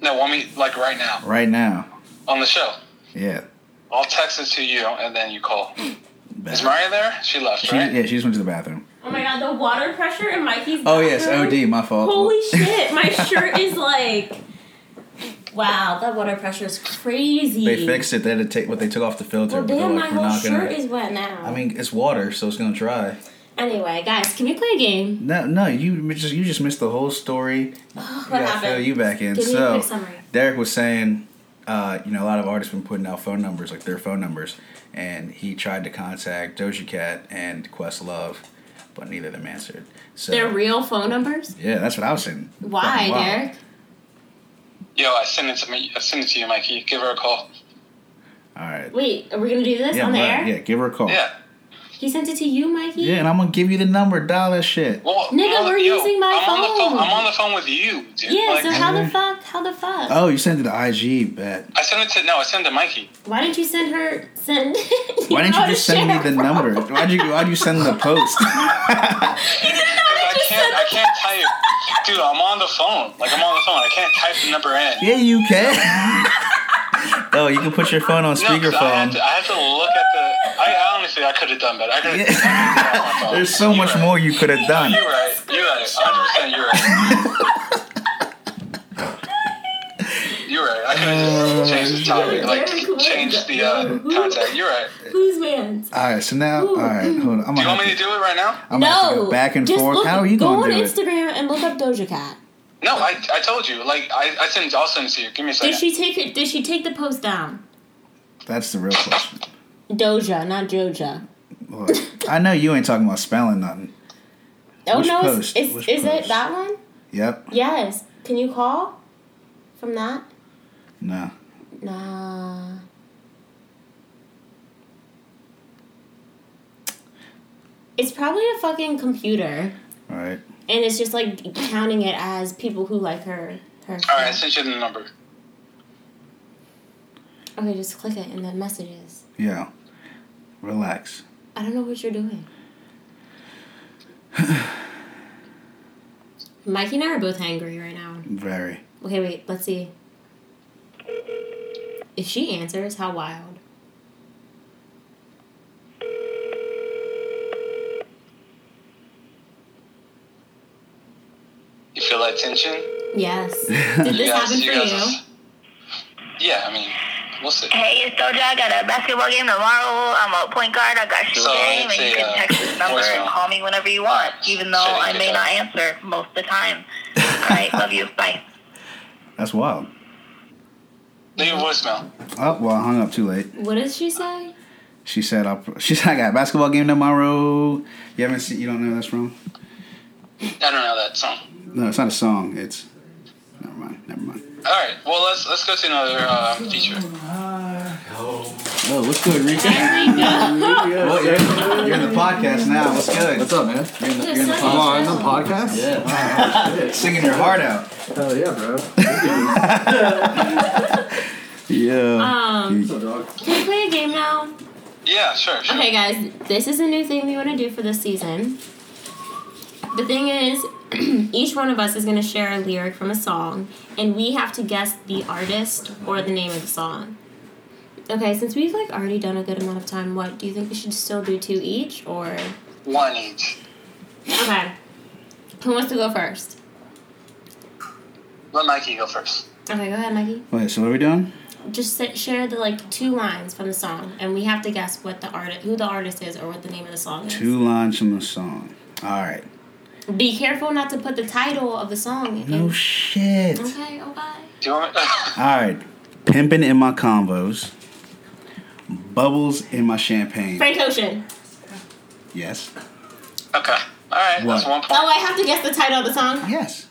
Speaker 3: No, want me like right now
Speaker 2: Right now.
Speaker 3: on the show.
Speaker 2: Yeah.
Speaker 3: I'll text it to you and then you call. Is
Speaker 2: Bathroom.
Speaker 3: Maria there? She left,
Speaker 2: She,
Speaker 3: right?
Speaker 2: yeah, she just went to the bathroom.
Speaker 1: Oh my god, the water pressure in Mikey's.
Speaker 2: Oh yes,
Speaker 1: bathroom.
Speaker 2: OD, my fault.
Speaker 1: Holy shit, my shirt is like. Wow, that water pressure is crazy.
Speaker 2: They fixed it. They had to take what they took off the filter.
Speaker 1: Well,
Speaker 2: but they're
Speaker 1: damn, my
Speaker 2: like, we're
Speaker 1: whole
Speaker 2: not gonna.
Speaker 1: shirt is wet now.
Speaker 2: I mean, it's water, so it's gonna dry.
Speaker 1: anyway, guys, can we play a game?
Speaker 2: No, no, you just you just missed the whole story.
Speaker 1: What
Speaker 2: We gotta
Speaker 1: happened?
Speaker 2: fill you back in.
Speaker 1: Give me a
Speaker 2: so
Speaker 1: quick summary.
Speaker 2: Derek was saying, uh, you know, a lot of artists been putting out phone numbers, like their phone numbers, and he tried to contact Doja Cat and Questlove, but neither of them answered. So
Speaker 1: Their real phone numbers?
Speaker 2: yeah, that's what I was saying.
Speaker 1: Why,
Speaker 2: Fucking wild.
Speaker 1: Derek?
Speaker 3: Yo, I sent it to me. I sent it to you, Mikey. Give her a call.
Speaker 2: All right.
Speaker 1: Wait, are we gonna do this
Speaker 2: yeah,
Speaker 1: on the
Speaker 2: right,
Speaker 1: air?
Speaker 2: Oh. yeah, give her a call.
Speaker 3: Yeah.
Speaker 1: He sent it to you, Mikey.
Speaker 2: Yeah, and I'm gonna give you the number, dollar shit.
Speaker 3: Well,
Speaker 1: Nigga,
Speaker 3: I'm on-
Speaker 1: we're
Speaker 3: yo,
Speaker 1: using my
Speaker 3: I'm On the
Speaker 1: phone. uh-huh.
Speaker 3: phone. I'm on the phone with you, dude.
Speaker 1: Yeah,
Speaker 3: Like,
Speaker 1: so how the
Speaker 2: Mhm.
Speaker 1: fuck? How the fuck?
Speaker 2: Oh, you sent it to IG, bet.
Speaker 3: I sent it to no, I sent it to Mikey.
Speaker 1: Why didn't you send her send?
Speaker 2: Why didn't you just send me the number? Why'd you Why'd you send the post?
Speaker 3: I can't. I can't type, dude. I'm on the phone. Like I'm on the phone. I can't type the number in.
Speaker 2: yeah, you can. oh, you can put your phone on
Speaker 3: No, 'cause I had,
Speaker 2: speakerphone.
Speaker 3: to, I had to look at the. I honestly, I could have done better. I could have.
Speaker 2: Yeah. There's so much more you could have done.
Speaker 3: You're right. You're right. 100. percent You're right. You're right. I could have
Speaker 2: Uh,
Speaker 3: just changed the topic, like changed the uh, contact. You're right.
Speaker 1: Who's wins?
Speaker 2: All right, so now, all right, hold on. I'm
Speaker 3: Do
Speaker 2: gonna
Speaker 3: you want
Speaker 2: have
Speaker 3: me to
Speaker 2: to-
Speaker 3: do it right now?
Speaker 2: I'm gonna have to
Speaker 1: No.
Speaker 2: go back and
Speaker 1: just
Speaker 2: forth.
Speaker 1: Look,
Speaker 2: How are you
Speaker 1: go
Speaker 2: gonna
Speaker 1: on
Speaker 2: do it?
Speaker 1: Instagram and look up Doja Cat.
Speaker 3: No, I, I told you. Like I, I sent I'll send it to you. Give me a second.
Speaker 1: Did she take it? Did she take the post down?
Speaker 2: That's the real question.
Speaker 1: Doja, not Joja.
Speaker 2: Look, I know you ain't talking about spelling nothing.
Speaker 1: Oh
Speaker 2: Which
Speaker 1: no, it's-
Speaker 2: post?
Speaker 1: it's,
Speaker 2: Which
Speaker 1: is it
Speaker 2: post?
Speaker 1: that one?
Speaker 2: Yep.
Speaker 1: Yes. Can you call from that?
Speaker 2: No.
Speaker 1: Nah. It's probably a fucking computer,
Speaker 2: All right.
Speaker 1: and it's just like counting it as people who like her. Her.
Speaker 3: All right, I sent you the number.
Speaker 1: Okay, just click it and then messages.
Speaker 2: Yeah. Relax.
Speaker 1: I don't know what you're doing. Mikey and I are both angry right now.
Speaker 2: Very.
Speaker 1: Okay, wait, let's see. If she answers, how wild.
Speaker 3: You feel that tension?
Speaker 1: Yes. Did this happen for you?
Speaker 3: Yeah, I mean, we'll see.
Speaker 4: Hey, it's Doja. I got a basketball game tomorrow. I'm a point guard. I got shoe
Speaker 3: So
Speaker 4: game,
Speaker 3: it's
Speaker 4: and you
Speaker 3: a,
Speaker 4: can
Speaker 3: uh,
Speaker 4: text this number
Speaker 3: voicemail.
Speaker 4: and call me whenever you want, even though
Speaker 3: So you
Speaker 4: I
Speaker 3: can,
Speaker 4: may
Speaker 3: uh,
Speaker 4: not answer most of the time. All right, love you. Bye.
Speaker 2: That's wild.
Speaker 3: Leave a voicemail.
Speaker 2: Oh well, I hung up too late.
Speaker 1: What did she say?
Speaker 2: She said, "I'll." She said, "I got a basketball game tomorrow." You haven't seen. You don't know that's wrong.
Speaker 3: I don't know that song.
Speaker 2: No, it's not a song. It's. Never mind. Never mind.
Speaker 3: All right, well let's let's go to another uh, feature.
Speaker 2: Oh, what's good, Rika? well, you're, you're in the podcast now. What's good?
Speaker 5: What's up, man? You're in the,
Speaker 1: You're you're in the so
Speaker 5: oh, I'm
Speaker 1: special.
Speaker 5: on the podcast? Yeah.
Speaker 2: Singing your heart out.
Speaker 5: Hell yeah, bro. What's
Speaker 2: Yeah.
Speaker 1: Um,
Speaker 5: up, dog?
Speaker 1: can we play a game now?
Speaker 3: Yeah, sure, sure.
Speaker 1: Okay, guys, this is a new thing we want to do for this season. The thing is, each one of us is going to share a lyric from a song, and we have to guess the artist or the name of the song. Okay, since we've like already done a good amount of time, what do you think we should still do two each or?
Speaker 3: One each.
Speaker 1: Okay, who wants to go first?
Speaker 3: Let Mikey go first.
Speaker 1: Okay, go ahead, Mikey.
Speaker 2: Wait. So what are we doing?
Speaker 1: Just sa- share the like two lines from the song, and we have to guess what the artist, who the artist is, or what the name of the song is.
Speaker 2: Two lines from the song. All right.
Speaker 1: Be careful not to put the title of the song. in.
Speaker 2: No shit.
Speaker 1: Okay,
Speaker 3: oh,
Speaker 1: okay.
Speaker 3: Do you want me?
Speaker 2: All right, pimping in my combos, bubbles in my champagne.
Speaker 1: Frank Ocean.
Speaker 2: Yes,
Speaker 3: okay. All right, that's
Speaker 2: What?
Speaker 3: one
Speaker 1: Oh,
Speaker 3: point.
Speaker 1: I have to guess the title of the song.
Speaker 2: yes.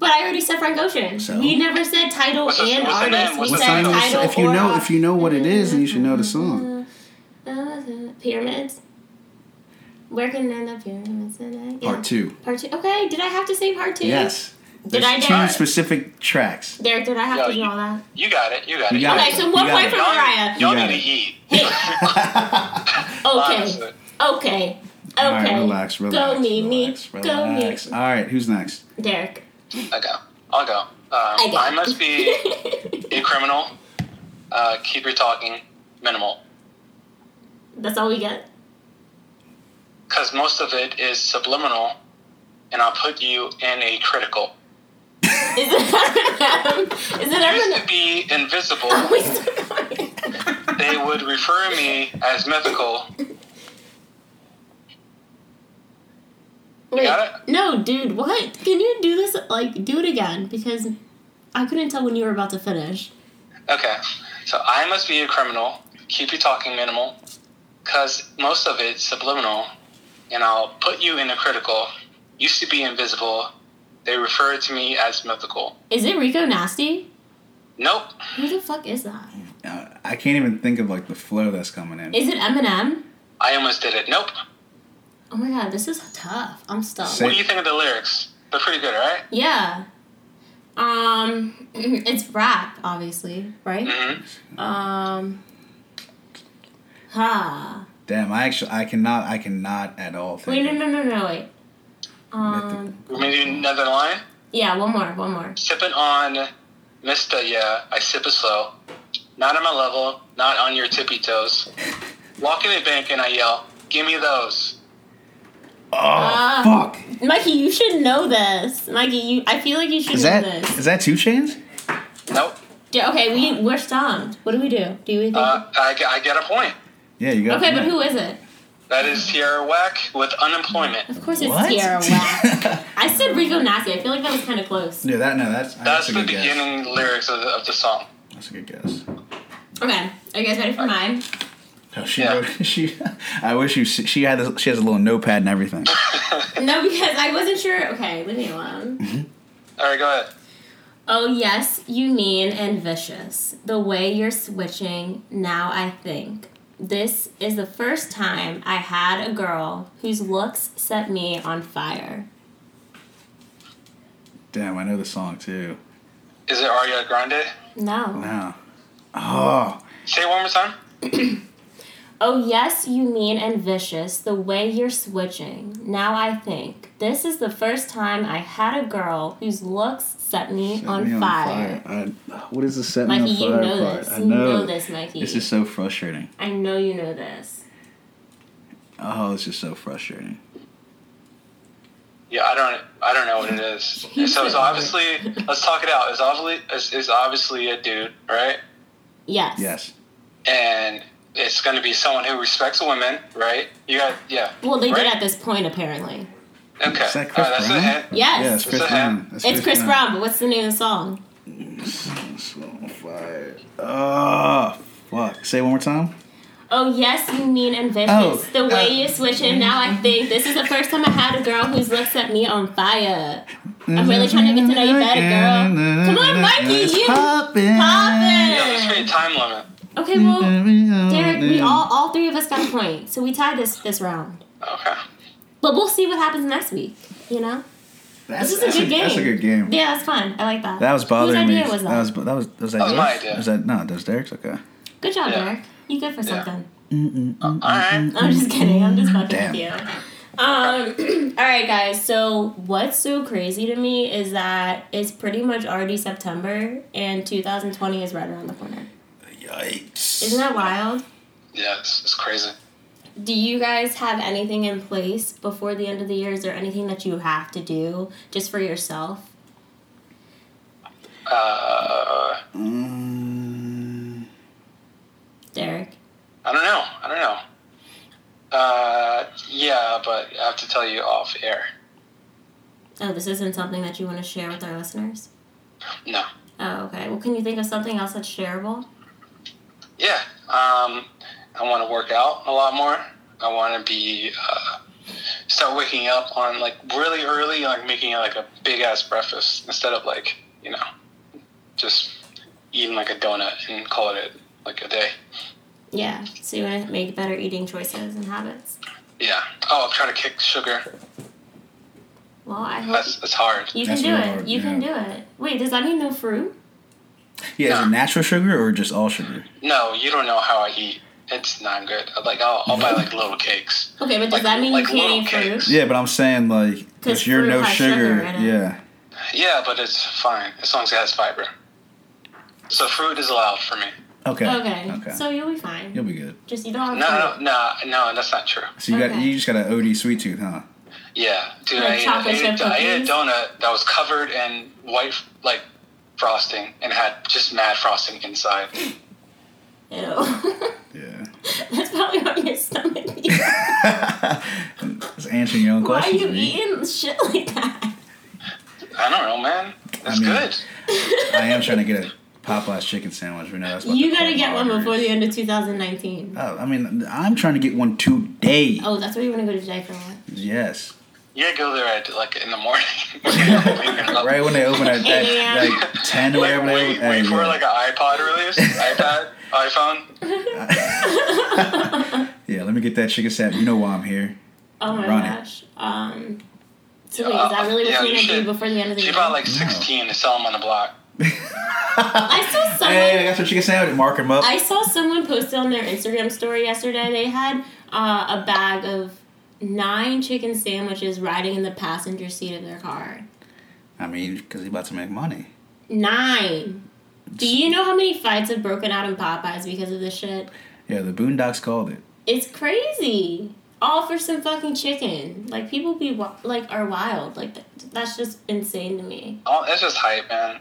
Speaker 1: But I already said Frank Ocean.
Speaker 2: So?
Speaker 1: He never said title
Speaker 3: What's his-
Speaker 1: and
Speaker 3: what's the name?
Speaker 1: artist.
Speaker 3: What's
Speaker 1: he
Speaker 3: the
Speaker 1: said
Speaker 3: name of the
Speaker 1: title
Speaker 2: song? If you
Speaker 1: or
Speaker 2: know- if you know what it is, then you should know the song.
Speaker 1: Uh, Pyramids. Where can end up pyramids tonight? Yeah.
Speaker 2: Part two.
Speaker 1: Part two. Okay. Did I have to say part two?
Speaker 2: Yes.
Speaker 1: Did I
Speaker 2: There's
Speaker 1: do it?
Speaker 2: two specific tracks.
Speaker 1: Derek, did I have
Speaker 3: Yeah,
Speaker 1: to do
Speaker 3: you-
Speaker 1: all that?
Speaker 3: You got it. You got
Speaker 2: You
Speaker 3: it.
Speaker 2: got
Speaker 1: Oh. Okay,
Speaker 2: it.
Speaker 1: so one
Speaker 2: You got
Speaker 1: point
Speaker 2: it.
Speaker 1: for
Speaker 3: Y'all,
Speaker 1: Mariah.
Speaker 3: y'all
Speaker 2: You got
Speaker 3: need to eat.
Speaker 1: Okay.
Speaker 3: Honestly.
Speaker 1: Okay. Okay.
Speaker 2: All right, relax, relax.
Speaker 1: Go me, me.
Speaker 2: relax,
Speaker 1: Go me.
Speaker 2: relax. All right, who's next?
Speaker 1: Derek.
Speaker 3: I go. I'll go. Uh,
Speaker 1: I
Speaker 3: I,
Speaker 1: go.
Speaker 3: must be a criminal. Uh, keep your talking minimal,
Speaker 1: That's all we get?
Speaker 3: because most of it is subliminal, and I'll put you in a critical.
Speaker 1: Is it Eminem? Is it
Speaker 3: Used to
Speaker 1: Eminem?
Speaker 3: be invisible.
Speaker 1: Are we still going?
Speaker 3: They would refer me as mythical.
Speaker 1: Wait,
Speaker 3: got
Speaker 1: no, dude, what? Can you do this? Like, do it again because I couldn't tell when you were about to finish.
Speaker 3: Okay, so I must be a criminal. Keep your talking minimal, because most of it's subliminal, and I'll put you in a critical. Used to be invisible. They refer to me as mythical.
Speaker 1: Is it Rico Nasty?
Speaker 3: Nope.
Speaker 1: Who the fuck is that?
Speaker 2: Uh, I can't even think of like the flow that's coming in.
Speaker 1: Is it Eminem?
Speaker 3: I almost did it. Nope.
Speaker 1: Oh my god, this is tough. I'm stuck.
Speaker 2: Say-
Speaker 3: What do you think of the lyrics? They're pretty good, right?
Speaker 1: Yeah. Um, it's rap, obviously, right?
Speaker 3: Mm-hmm.
Speaker 1: Um, ha.
Speaker 2: Damn, I actually I cannot I cannot at all
Speaker 1: Wait,
Speaker 2: think.
Speaker 1: no,
Speaker 2: of-
Speaker 1: no, no, no, wait. Um,
Speaker 3: Want me to do another line?
Speaker 1: yeah, one more, one more.
Speaker 3: Sipping on Mista, yeah, I sip it slow. Not on my level, not on your tippy toes. Walk in the bank and I yell, give me those.
Speaker 2: Oh
Speaker 1: Ah.
Speaker 2: fuck!
Speaker 1: Mikey, you should know this. Mikey, you. I feel like you should
Speaker 2: Is
Speaker 1: know
Speaker 2: that
Speaker 1: this.
Speaker 2: is that two chains?
Speaker 3: Nope.
Speaker 1: Yeah, okay, we we're stumped. What do we do? Do we think?
Speaker 3: Uh, I, get- I get a point.
Speaker 2: Yeah, you got.
Speaker 1: okay,
Speaker 2: yeah.
Speaker 1: but who is it?
Speaker 3: That is Tierra Whack with unemployment.
Speaker 1: Of course, it's
Speaker 2: What?
Speaker 1: Tierra Whack. I said Rico Nasty. I feel like that was kind of close.
Speaker 2: yeah, that no, that's
Speaker 3: That's
Speaker 2: that's, a
Speaker 3: the
Speaker 2: good guess.
Speaker 3: beginning lyrics of the, of the song.
Speaker 2: That's a good guess.
Speaker 1: Okay, are you guys ready for mine?
Speaker 2: Oh, she
Speaker 3: Yeah.
Speaker 2: wrote, she. I wish you. She had. This, she has a little notepad and everything.
Speaker 1: No, because I wasn't sure. Okay, leave me alone.
Speaker 3: All right, go ahead.
Speaker 1: Oh, yes, you mean and vicious. The way you're switching, now I think. This is the first time I had a girl whose looks set me on fire.
Speaker 2: Damn, I know the song too.
Speaker 3: Is it Ariana Grande?
Speaker 1: No.
Speaker 2: Wow. Oh,
Speaker 3: Say it one more time.
Speaker 1: Oh, yes, you mean and vicious. The way you're switching, now I think. This is the first time I had a girl whose looks set me,
Speaker 2: Set
Speaker 1: on,
Speaker 2: Me
Speaker 1: fire.
Speaker 2: I, what is the set me
Speaker 1: Mikey,
Speaker 2: on
Speaker 1: you
Speaker 2: fire
Speaker 1: know
Speaker 2: part?
Speaker 1: this.
Speaker 2: I
Speaker 1: You
Speaker 2: know.
Speaker 1: know this, Mikey.
Speaker 2: This is so frustrating.
Speaker 1: I know you know this.
Speaker 2: Oh, it's just so frustrating.
Speaker 3: Yeah, I don't, I don't know what it is. So it's obviously, let's talk it out. It's obviously, it's, it's obviously a dude, right?
Speaker 1: Yes.
Speaker 2: Yes.
Speaker 3: And it's going to be someone who respects women, right? You got, yeah.
Speaker 1: Well, they
Speaker 3: right?
Speaker 1: did at this point, apparently.
Speaker 3: Okay.
Speaker 2: Is that
Speaker 3: All
Speaker 2: Chris
Speaker 3: right, that's a
Speaker 2: Brown?
Speaker 3: hint.
Speaker 1: Yes.
Speaker 2: Yeah, it's Chris
Speaker 3: It's a
Speaker 2: Brown.
Speaker 3: him.
Speaker 2: That's
Speaker 1: It's Chris Brown, but what's the name of the song?
Speaker 2: So on fire. Oh, fuck. Say it one more time.
Speaker 1: Oh yes, you mean and vicious.
Speaker 2: Oh,
Speaker 1: the way
Speaker 2: uh,
Speaker 1: you're switching now, I think this is the first time I had a girl who's looks at me on fire. I'm really trying to get to know you better, girl. Come on, Mikey,
Speaker 2: It's
Speaker 1: you-
Speaker 2: poppin'.
Speaker 1: Poppin'.
Speaker 3: Yeah, there's gonna be a time limit.
Speaker 1: Okay,
Speaker 2: Mm-hmm.
Speaker 1: well, Derek, we all all three of us got a point, so we tied this this round.
Speaker 3: Okay.
Speaker 1: But we'll see what happens next week. You know,
Speaker 2: That's,
Speaker 1: this is a
Speaker 2: that's
Speaker 1: good game.
Speaker 2: That's a good game.
Speaker 1: Yeah, that's fun. I like that.
Speaker 2: That was bothering
Speaker 1: Whose idea
Speaker 2: me.
Speaker 1: Was that?
Speaker 2: was that was that was, that
Speaker 3: was my
Speaker 2: yours?
Speaker 3: idea.
Speaker 2: Was that no? That was Derek's. Okay. Oh.
Speaker 1: Good job,
Speaker 3: Yeah.
Speaker 1: Derek. You good for
Speaker 3: Yeah.
Speaker 1: something.
Speaker 3: All right.
Speaker 1: I'm just kidding. I'm just fucking
Speaker 2: Damn.
Speaker 1: with you. Um, all right, guys. So what's so crazy to me is that it's pretty much already September and 2020 is right around the corner.
Speaker 2: Yikes.
Speaker 1: Isn't that wild?
Speaker 3: Yeah, it's, it's crazy.
Speaker 1: Do you guys have anything in place before the end of the year? Is there anything that you have to do just for yourself?
Speaker 3: Uh,
Speaker 2: Mm,
Speaker 1: Derek.
Speaker 3: I don't know. I don't know. Uh, yeah, but I have to tell you off air.
Speaker 1: Oh, this isn't something that you want to share with our listeners?
Speaker 3: No.
Speaker 1: Oh, okay. Well, can you think of something else that's shareable?
Speaker 3: Yeah. Um, I want to work out a lot more. I want to be uh, start waking up on like really early, like making like a big ass breakfast instead of like you know just eating like a donut and call it like a day.
Speaker 1: Yeah. So you want to make better eating choices and habits.
Speaker 3: Yeah. Oh, I'm trying to kick sugar.
Speaker 1: Well, I hope
Speaker 3: That's that's hard.
Speaker 1: You
Speaker 2: That's
Speaker 1: can do
Speaker 2: really
Speaker 1: it.
Speaker 2: hard,
Speaker 1: you can do it. Wait, does that mean no fruit?
Speaker 2: Yeah, is
Speaker 3: Nah.
Speaker 2: it natural sugar or just all sugar?
Speaker 3: No, you don't know how I eat. It's not good. Like I'll, I'll buy like little cakes.
Speaker 1: Okay, but does
Speaker 3: Like-
Speaker 1: that mean
Speaker 3: like
Speaker 1: you can't
Speaker 3: little
Speaker 1: eat
Speaker 3: cakes.
Speaker 1: fruit?
Speaker 2: Yeah, but I'm saying like
Speaker 1: 'Cause
Speaker 2: if you're
Speaker 1: fruit
Speaker 2: no
Speaker 1: has
Speaker 2: sugar,
Speaker 1: sugar in it.
Speaker 2: yeah.
Speaker 3: Yeah, but it's fine as long as it has fiber. So fruit is allowed for me.
Speaker 2: Okay.
Speaker 1: Okay.
Speaker 2: Okay.
Speaker 1: So you'll be fine.
Speaker 2: You'll be good.
Speaker 1: Just you don't have
Speaker 3: No,
Speaker 1: fruit.
Speaker 3: no, no, no, that's not true.
Speaker 2: So you got
Speaker 1: Okay.
Speaker 2: you just got an OD sweet tooth, huh?
Speaker 3: Yeah, dude,
Speaker 1: Like
Speaker 3: I, ate,
Speaker 1: chocolate
Speaker 3: I, ate,
Speaker 1: chip
Speaker 3: I ate a
Speaker 1: cookies?
Speaker 3: donut that was covered in white like frosting and had just mad frosting inside.
Speaker 1: Ew.
Speaker 2: Yeah.
Speaker 1: That's probably why your stomach. eats.
Speaker 2: It's answering your own
Speaker 1: why are
Speaker 2: questions.
Speaker 1: you
Speaker 2: man.
Speaker 1: eating shit like that?
Speaker 3: I don't know,
Speaker 2: I
Speaker 3: man. It's
Speaker 2: mean-
Speaker 3: good.
Speaker 2: I am trying to get a Popeye's chicken sandwich. We know that's about
Speaker 1: You
Speaker 2: to
Speaker 1: gotta
Speaker 2: close
Speaker 1: get
Speaker 2: my
Speaker 1: one
Speaker 2: arteries.
Speaker 1: before the end of 2019.
Speaker 2: Oh, I mean, I'm trying to get one today.
Speaker 1: Oh, that's where you wanna go today for one.
Speaker 2: Yes.
Speaker 3: Yeah, go there at like in the morning. right.
Speaker 2: Right when they open at, at
Speaker 1: Yeah.
Speaker 2: like 10 or
Speaker 3: Like,
Speaker 2: whatever they
Speaker 3: wait,
Speaker 2: open.
Speaker 3: wait
Speaker 2: uh,
Speaker 3: for
Speaker 2: yeah.
Speaker 3: like an iPod release, iPad, iPhone.
Speaker 2: Yeah, let me get that chicken sap. You know why I'm here.
Speaker 1: Oh my
Speaker 2: Run it.
Speaker 1: gosh. Um, so wait, is that really what
Speaker 3: Yeah,
Speaker 1: you're
Speaker 3: you
Speaker 1: gonna
Speaker 3: should-
Speaker 1: do before the end of the
Speaker 3: She
Speaker 1: year?
Speaker 3: bought like
Speaker 2: No.
Speaker 3: 16 to sell them on the block.
Speaker 1: I saw someone.
Speaker 2: Hey, I got some chicken sandwich. Mark him up.
Speaker 1: I saw someone post on their Instagram story yesterday. They had uh, a bag of nine chicken sandwiches riding in the passenger seat of their car.
Speaker 2: I mean, because he about to make money.
Speaker 1: Nine. Do you know how many fights have broken out in Popeyes because of this shit?
Speaker 2: Yeah, the Boondocks called it.
Speaker 1: It's crazy. All for some fucking chicken. Like people be wi- like are wild. Like th- that's just insane to me.
Speaker 3: Oh, it's just hype, man.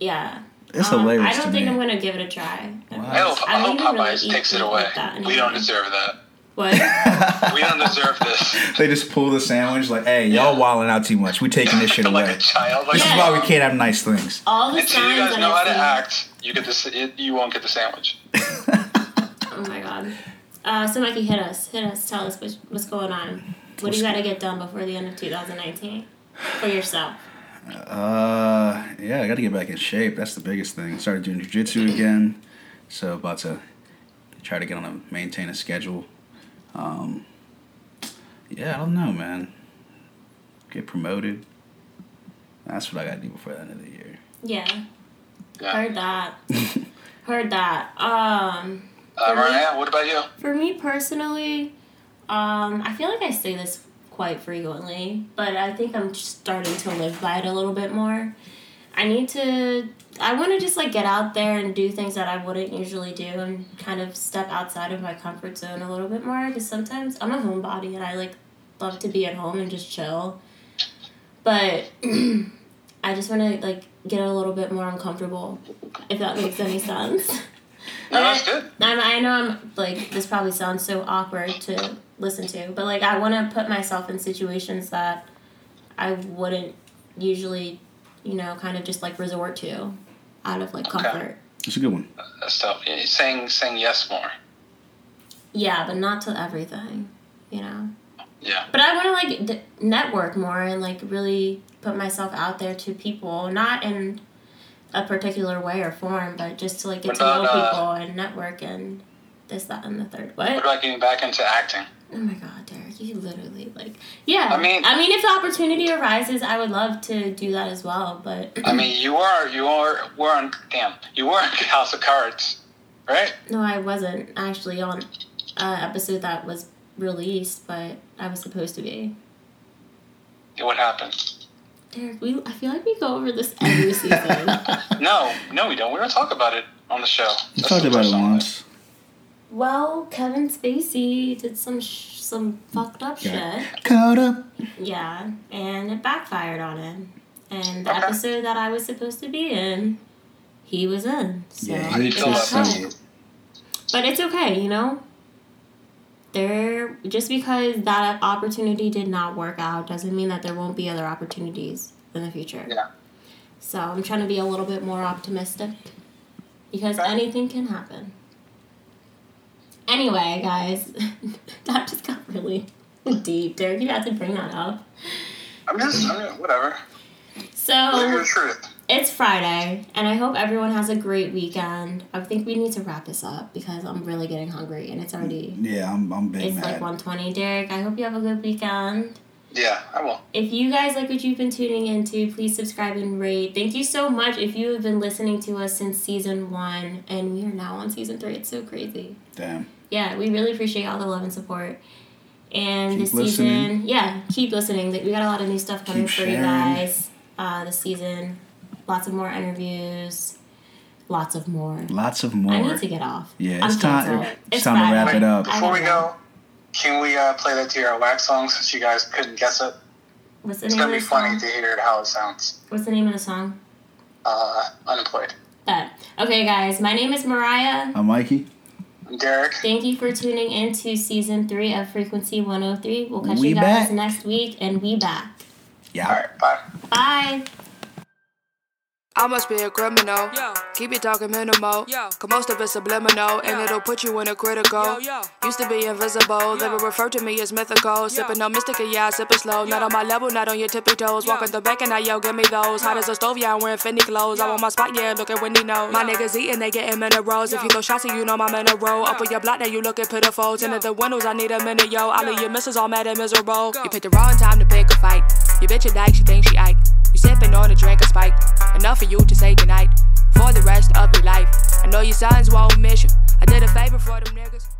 Speaker 1: Yeah.
Speaker 2: It's
Speaker 1: Um,
Speaker 2: hilarious
Speaker 1: I don't
Speaker 2: to
Speaker 1: think
Speaker 2: me.
Speaker 1: I'm gonna give it a try.
Speaker 2: Wow.
Speaker 3: I hope,
Speaker 1: don't
Speaker 3: I hope
Speaker 1: even really
Speaker 3: Popeyes
Speaker 1: eat
Speaker 3: takes it
Speaker 1: food
Speaker 3: away.
Speaker 1: like that
Speaker 3: we don't
Speaker 1: anymore.
Speaker 3: deserve that.
Speaker 1: What?
Speaker 3: We don't deserve this.
Speaker 2: they just pull the sandwich like, hey, y'all wilding out too much. We taking this shit
Speaker 3: You're like
Speaker 2: away.
Speaker 3: a child. Like
Speaker 2: This is
Speaker 1: Yeah.
Speaker 2: why we can't have nice things.
Speaker 1: All the
Speaker 3: Until you
Speaker 1: signs
Speaker 3: guys
Speaker 1: that
Speaker 3: know how
Speaker 1: I've
Speaker 3: to
Speaker 1: seen.
Speaker 3: act, you get this. You won't get the sandwich.
Speaker 1: Oh my god. Uh, so Mikey, hit us, hit us, tell us what's, what's going on. What do you got to get done before the end of 2019 for yourself?
Speaker 2: Uh, yeah, I got to get back in shape. That's the biggest thing. Started doing jujitsu again, so about to try to get on a maintain a schedule. Um, yeah, I don't know, man. Get promoted. That's what I got to do before the end of the year.
Speaker 1: Yeah,
Speaker 3: Yeah. Uh,
Speaker 1: heard that. heard that. Um.
Speaker 3: Uh, Mariah, what about you?
Speaker 1: For me personally, um, I feel like I say this quite frequently, but I think I'm just starting to live by it a little bit more. I need to, I want to just like get out there and do things that I wouldn't usually do and kind of step outside of my comfort zone a little bit more because sometimes I'm a homebody and I like love to be at home and just chill. But I just want to like get a little bit more uncomfortable, if that makes any sense.
Speaker 3: No, that's good.
Speaker 1: I'm, I know I'm like this probably sounds so awkward to listen to, but like I want to put myself in situations that I wouldn't usually, you know, kind of just like resort to out of like comfort.
Speaker 2: It's a good one.
Speaker 3: That's tough. Yeah, Saying saying yes more.
Speaker 1: Yeah, but not to everything, you know.
Speaker 3: Yeah.
Speaker 1: But I want to like d- network more and like really put myself out there to people, not in a particular way or form, but just to like get
Speaker 3: What
Speaker 1: to know
Speaker 3: about, uh,
Speaker 1: people and network and this, that, and the third.
Speaker 3: What about getting back into acting?
Speaker 1: Oh my god, Derek, you literally like yeah.
Speaker 3: I mean-
Speaker 1: I mean if the opportunity arises, I would love to do that as well, but
Speaker 3: I mean, you are you are were on damn you were on House of Cards, right?
Speaker 1: no, I wasn't actually on an episode that was released, but I was supposed to be.
Speaker 3: What happened?
Speaker 1: Derek, we I feel like we go over this every season.
Speaker 3: No, no, we don't. We don't talk about it on the show.
Speaker 2: You
Speaker 3: That's
Speaker 2: talked about it
Speaker 3: personal.
Speaker 2: once.
Speaker 1: Well, Kevin Spacey did some sh- some fucked up
Speaker 2: Yeah.
Speaker 1: shit.
Speaker 2: Caught up.
Speaker 1: Yeah, and it backfired on him. And the
Speaker 3: Okay.
Speaker 1: episode that I was supposed to be in, he was in. So
Speaker 2: Yeah,
Speaker 3: you
Speaker 2: he
Speaker 1: it's
Speaker 3: feel
Speaker 2: just
Speaker 3: about
Speaker 1: okay. But it's okay, you know? There, just because that opportunity did not work out doesn't mean that there won't be other opportunities in the future.
Speaker 3: Yeah.
Speaker 1: So I'm trying to be a little bit more optimistic because
Speaker 3: Okay.
Speaker 1: anything can happen. Anyway, guys, that just got really deep. Derek, you had to bring that up.
Speaker 3: I'm just I'm, just- whatever. Tell you
Speaker 1: So
Speaker 3: the truth.
Speaker 1: it's Friday, and I hope everyone has a great weekend. I think we need to wrap this up because I'm really getting hungry, and it's already
Speaker 2: Yeah, I'm, I'm big
Speaker 1: It's like
Speaker 2: mad.
Speaker 1: 120, Derek. I hope you have a good weekend.
Speaker 3: Yeah, I will.
Speaker 1: If you guys like what you've been tuning into, please subscribe and rate. Thank you so much if you have been listening to us since season one, and we are now on season three. It's so crazy.
Speaker 2: Damn.
Speaker 1: Yeah, we really appreciate all the love and support. And
Speaker 2: Keep
Speaker 1: this
Speaker 2: listening.
Speaker 1: season, yeah, keep listening. We got a lot of new stuff coming
Speaker 2: Keep
Speaker 1: for you
Speaker 2: sharing.
Speaker 1: guys uh, this season. Lots of more interviews. Lots of more.
Speaker 2: Lots of more.
Speaker 1: I need to get off.
Speaker 2: Yeah,
Speaker 1: I'm
Speaker 2: it's time.
Speaker 1: canceled.
Speaker 2: It's time to wrap
Speaker 1: Friday.
Speaker 2: it up.
Speaker 1: I
Speaker 3: Before we
Speaker 1: know.
Speaker 3: go, can we uh, play that to your wax song since you guys couldn't guess it?
Speaker 1: What's the
Speaker 3: It's
Speaker 1: name
Speaker 3: gonna be
Speaker 1: of the song?
Speaker 3: funny to hear how it sounds.
Speaker 1: What's the name of the song?
Speaker 3: Uh, unemployed.
Speaker 1: But okay, guys, my name is Mariah.
Speaker 2: I'm Mikey.
Speaker 3: I'm Derek.
Speaker 1: Thank you for tuning in to season three of Frequency 103. We'll catch
Speaker 2: We
Speaker 1: you guys
Speaker 2: back.
Speaker 1: next week, and we back.
Speaker 2: Yeah.
Speaker 3: All right, bye.
Speaker 1: Bye.
Speaker 6: I must be a criminal.
Speaker 7: Yo.
Speaker 6: Keep you talking minimal.
Speaker 7: Yo.
Speaker 6: Cause most of it's subliminal. And
Speaker 7: Yo.
Speaker 6: it'll put you in a critical.
Speaker 7: Yo, yo.
Speaker 6: Used to be invisible. They
Speaker 7: Yo.
Speaker 6: would refer to me as mythical. Sipping on mystic and yeah, sipping slow. Not
Speaker 7: Yo.
Speaker 6: on my level, not on your tippy toes.
Speaker 7: Yo.
Speaker 6: Walking the back and I yo, give me those. Hot
Speaker 7: Yo.
Speaker 6: as a stove, yeah, I'm wearing Fendi clothes. I
Speaker 7: Yo.
Speaker 6: want my spot, yeah, look at Wendy know. My
Speaker 7: Yo.
Speaker 6: niggas eating, they getting minerals. If
Speaker 7: Yo.
Speaker 6: you throw shots, then you know my men a roll. Up on your block, now you looking pitiful. Ten of the windows, I need a minute, yo. I leave your missus all mad and miserable.
Speaker 7: Go.
Speaker 6: You picked the wrong time to pick a fight. Your bitch a dyke, she thinks she Ike. You sipping on a drink of spike. Enough for you to say goodnight for the rest of your life. I know your sons won't miss you. I did a favor for them niggas.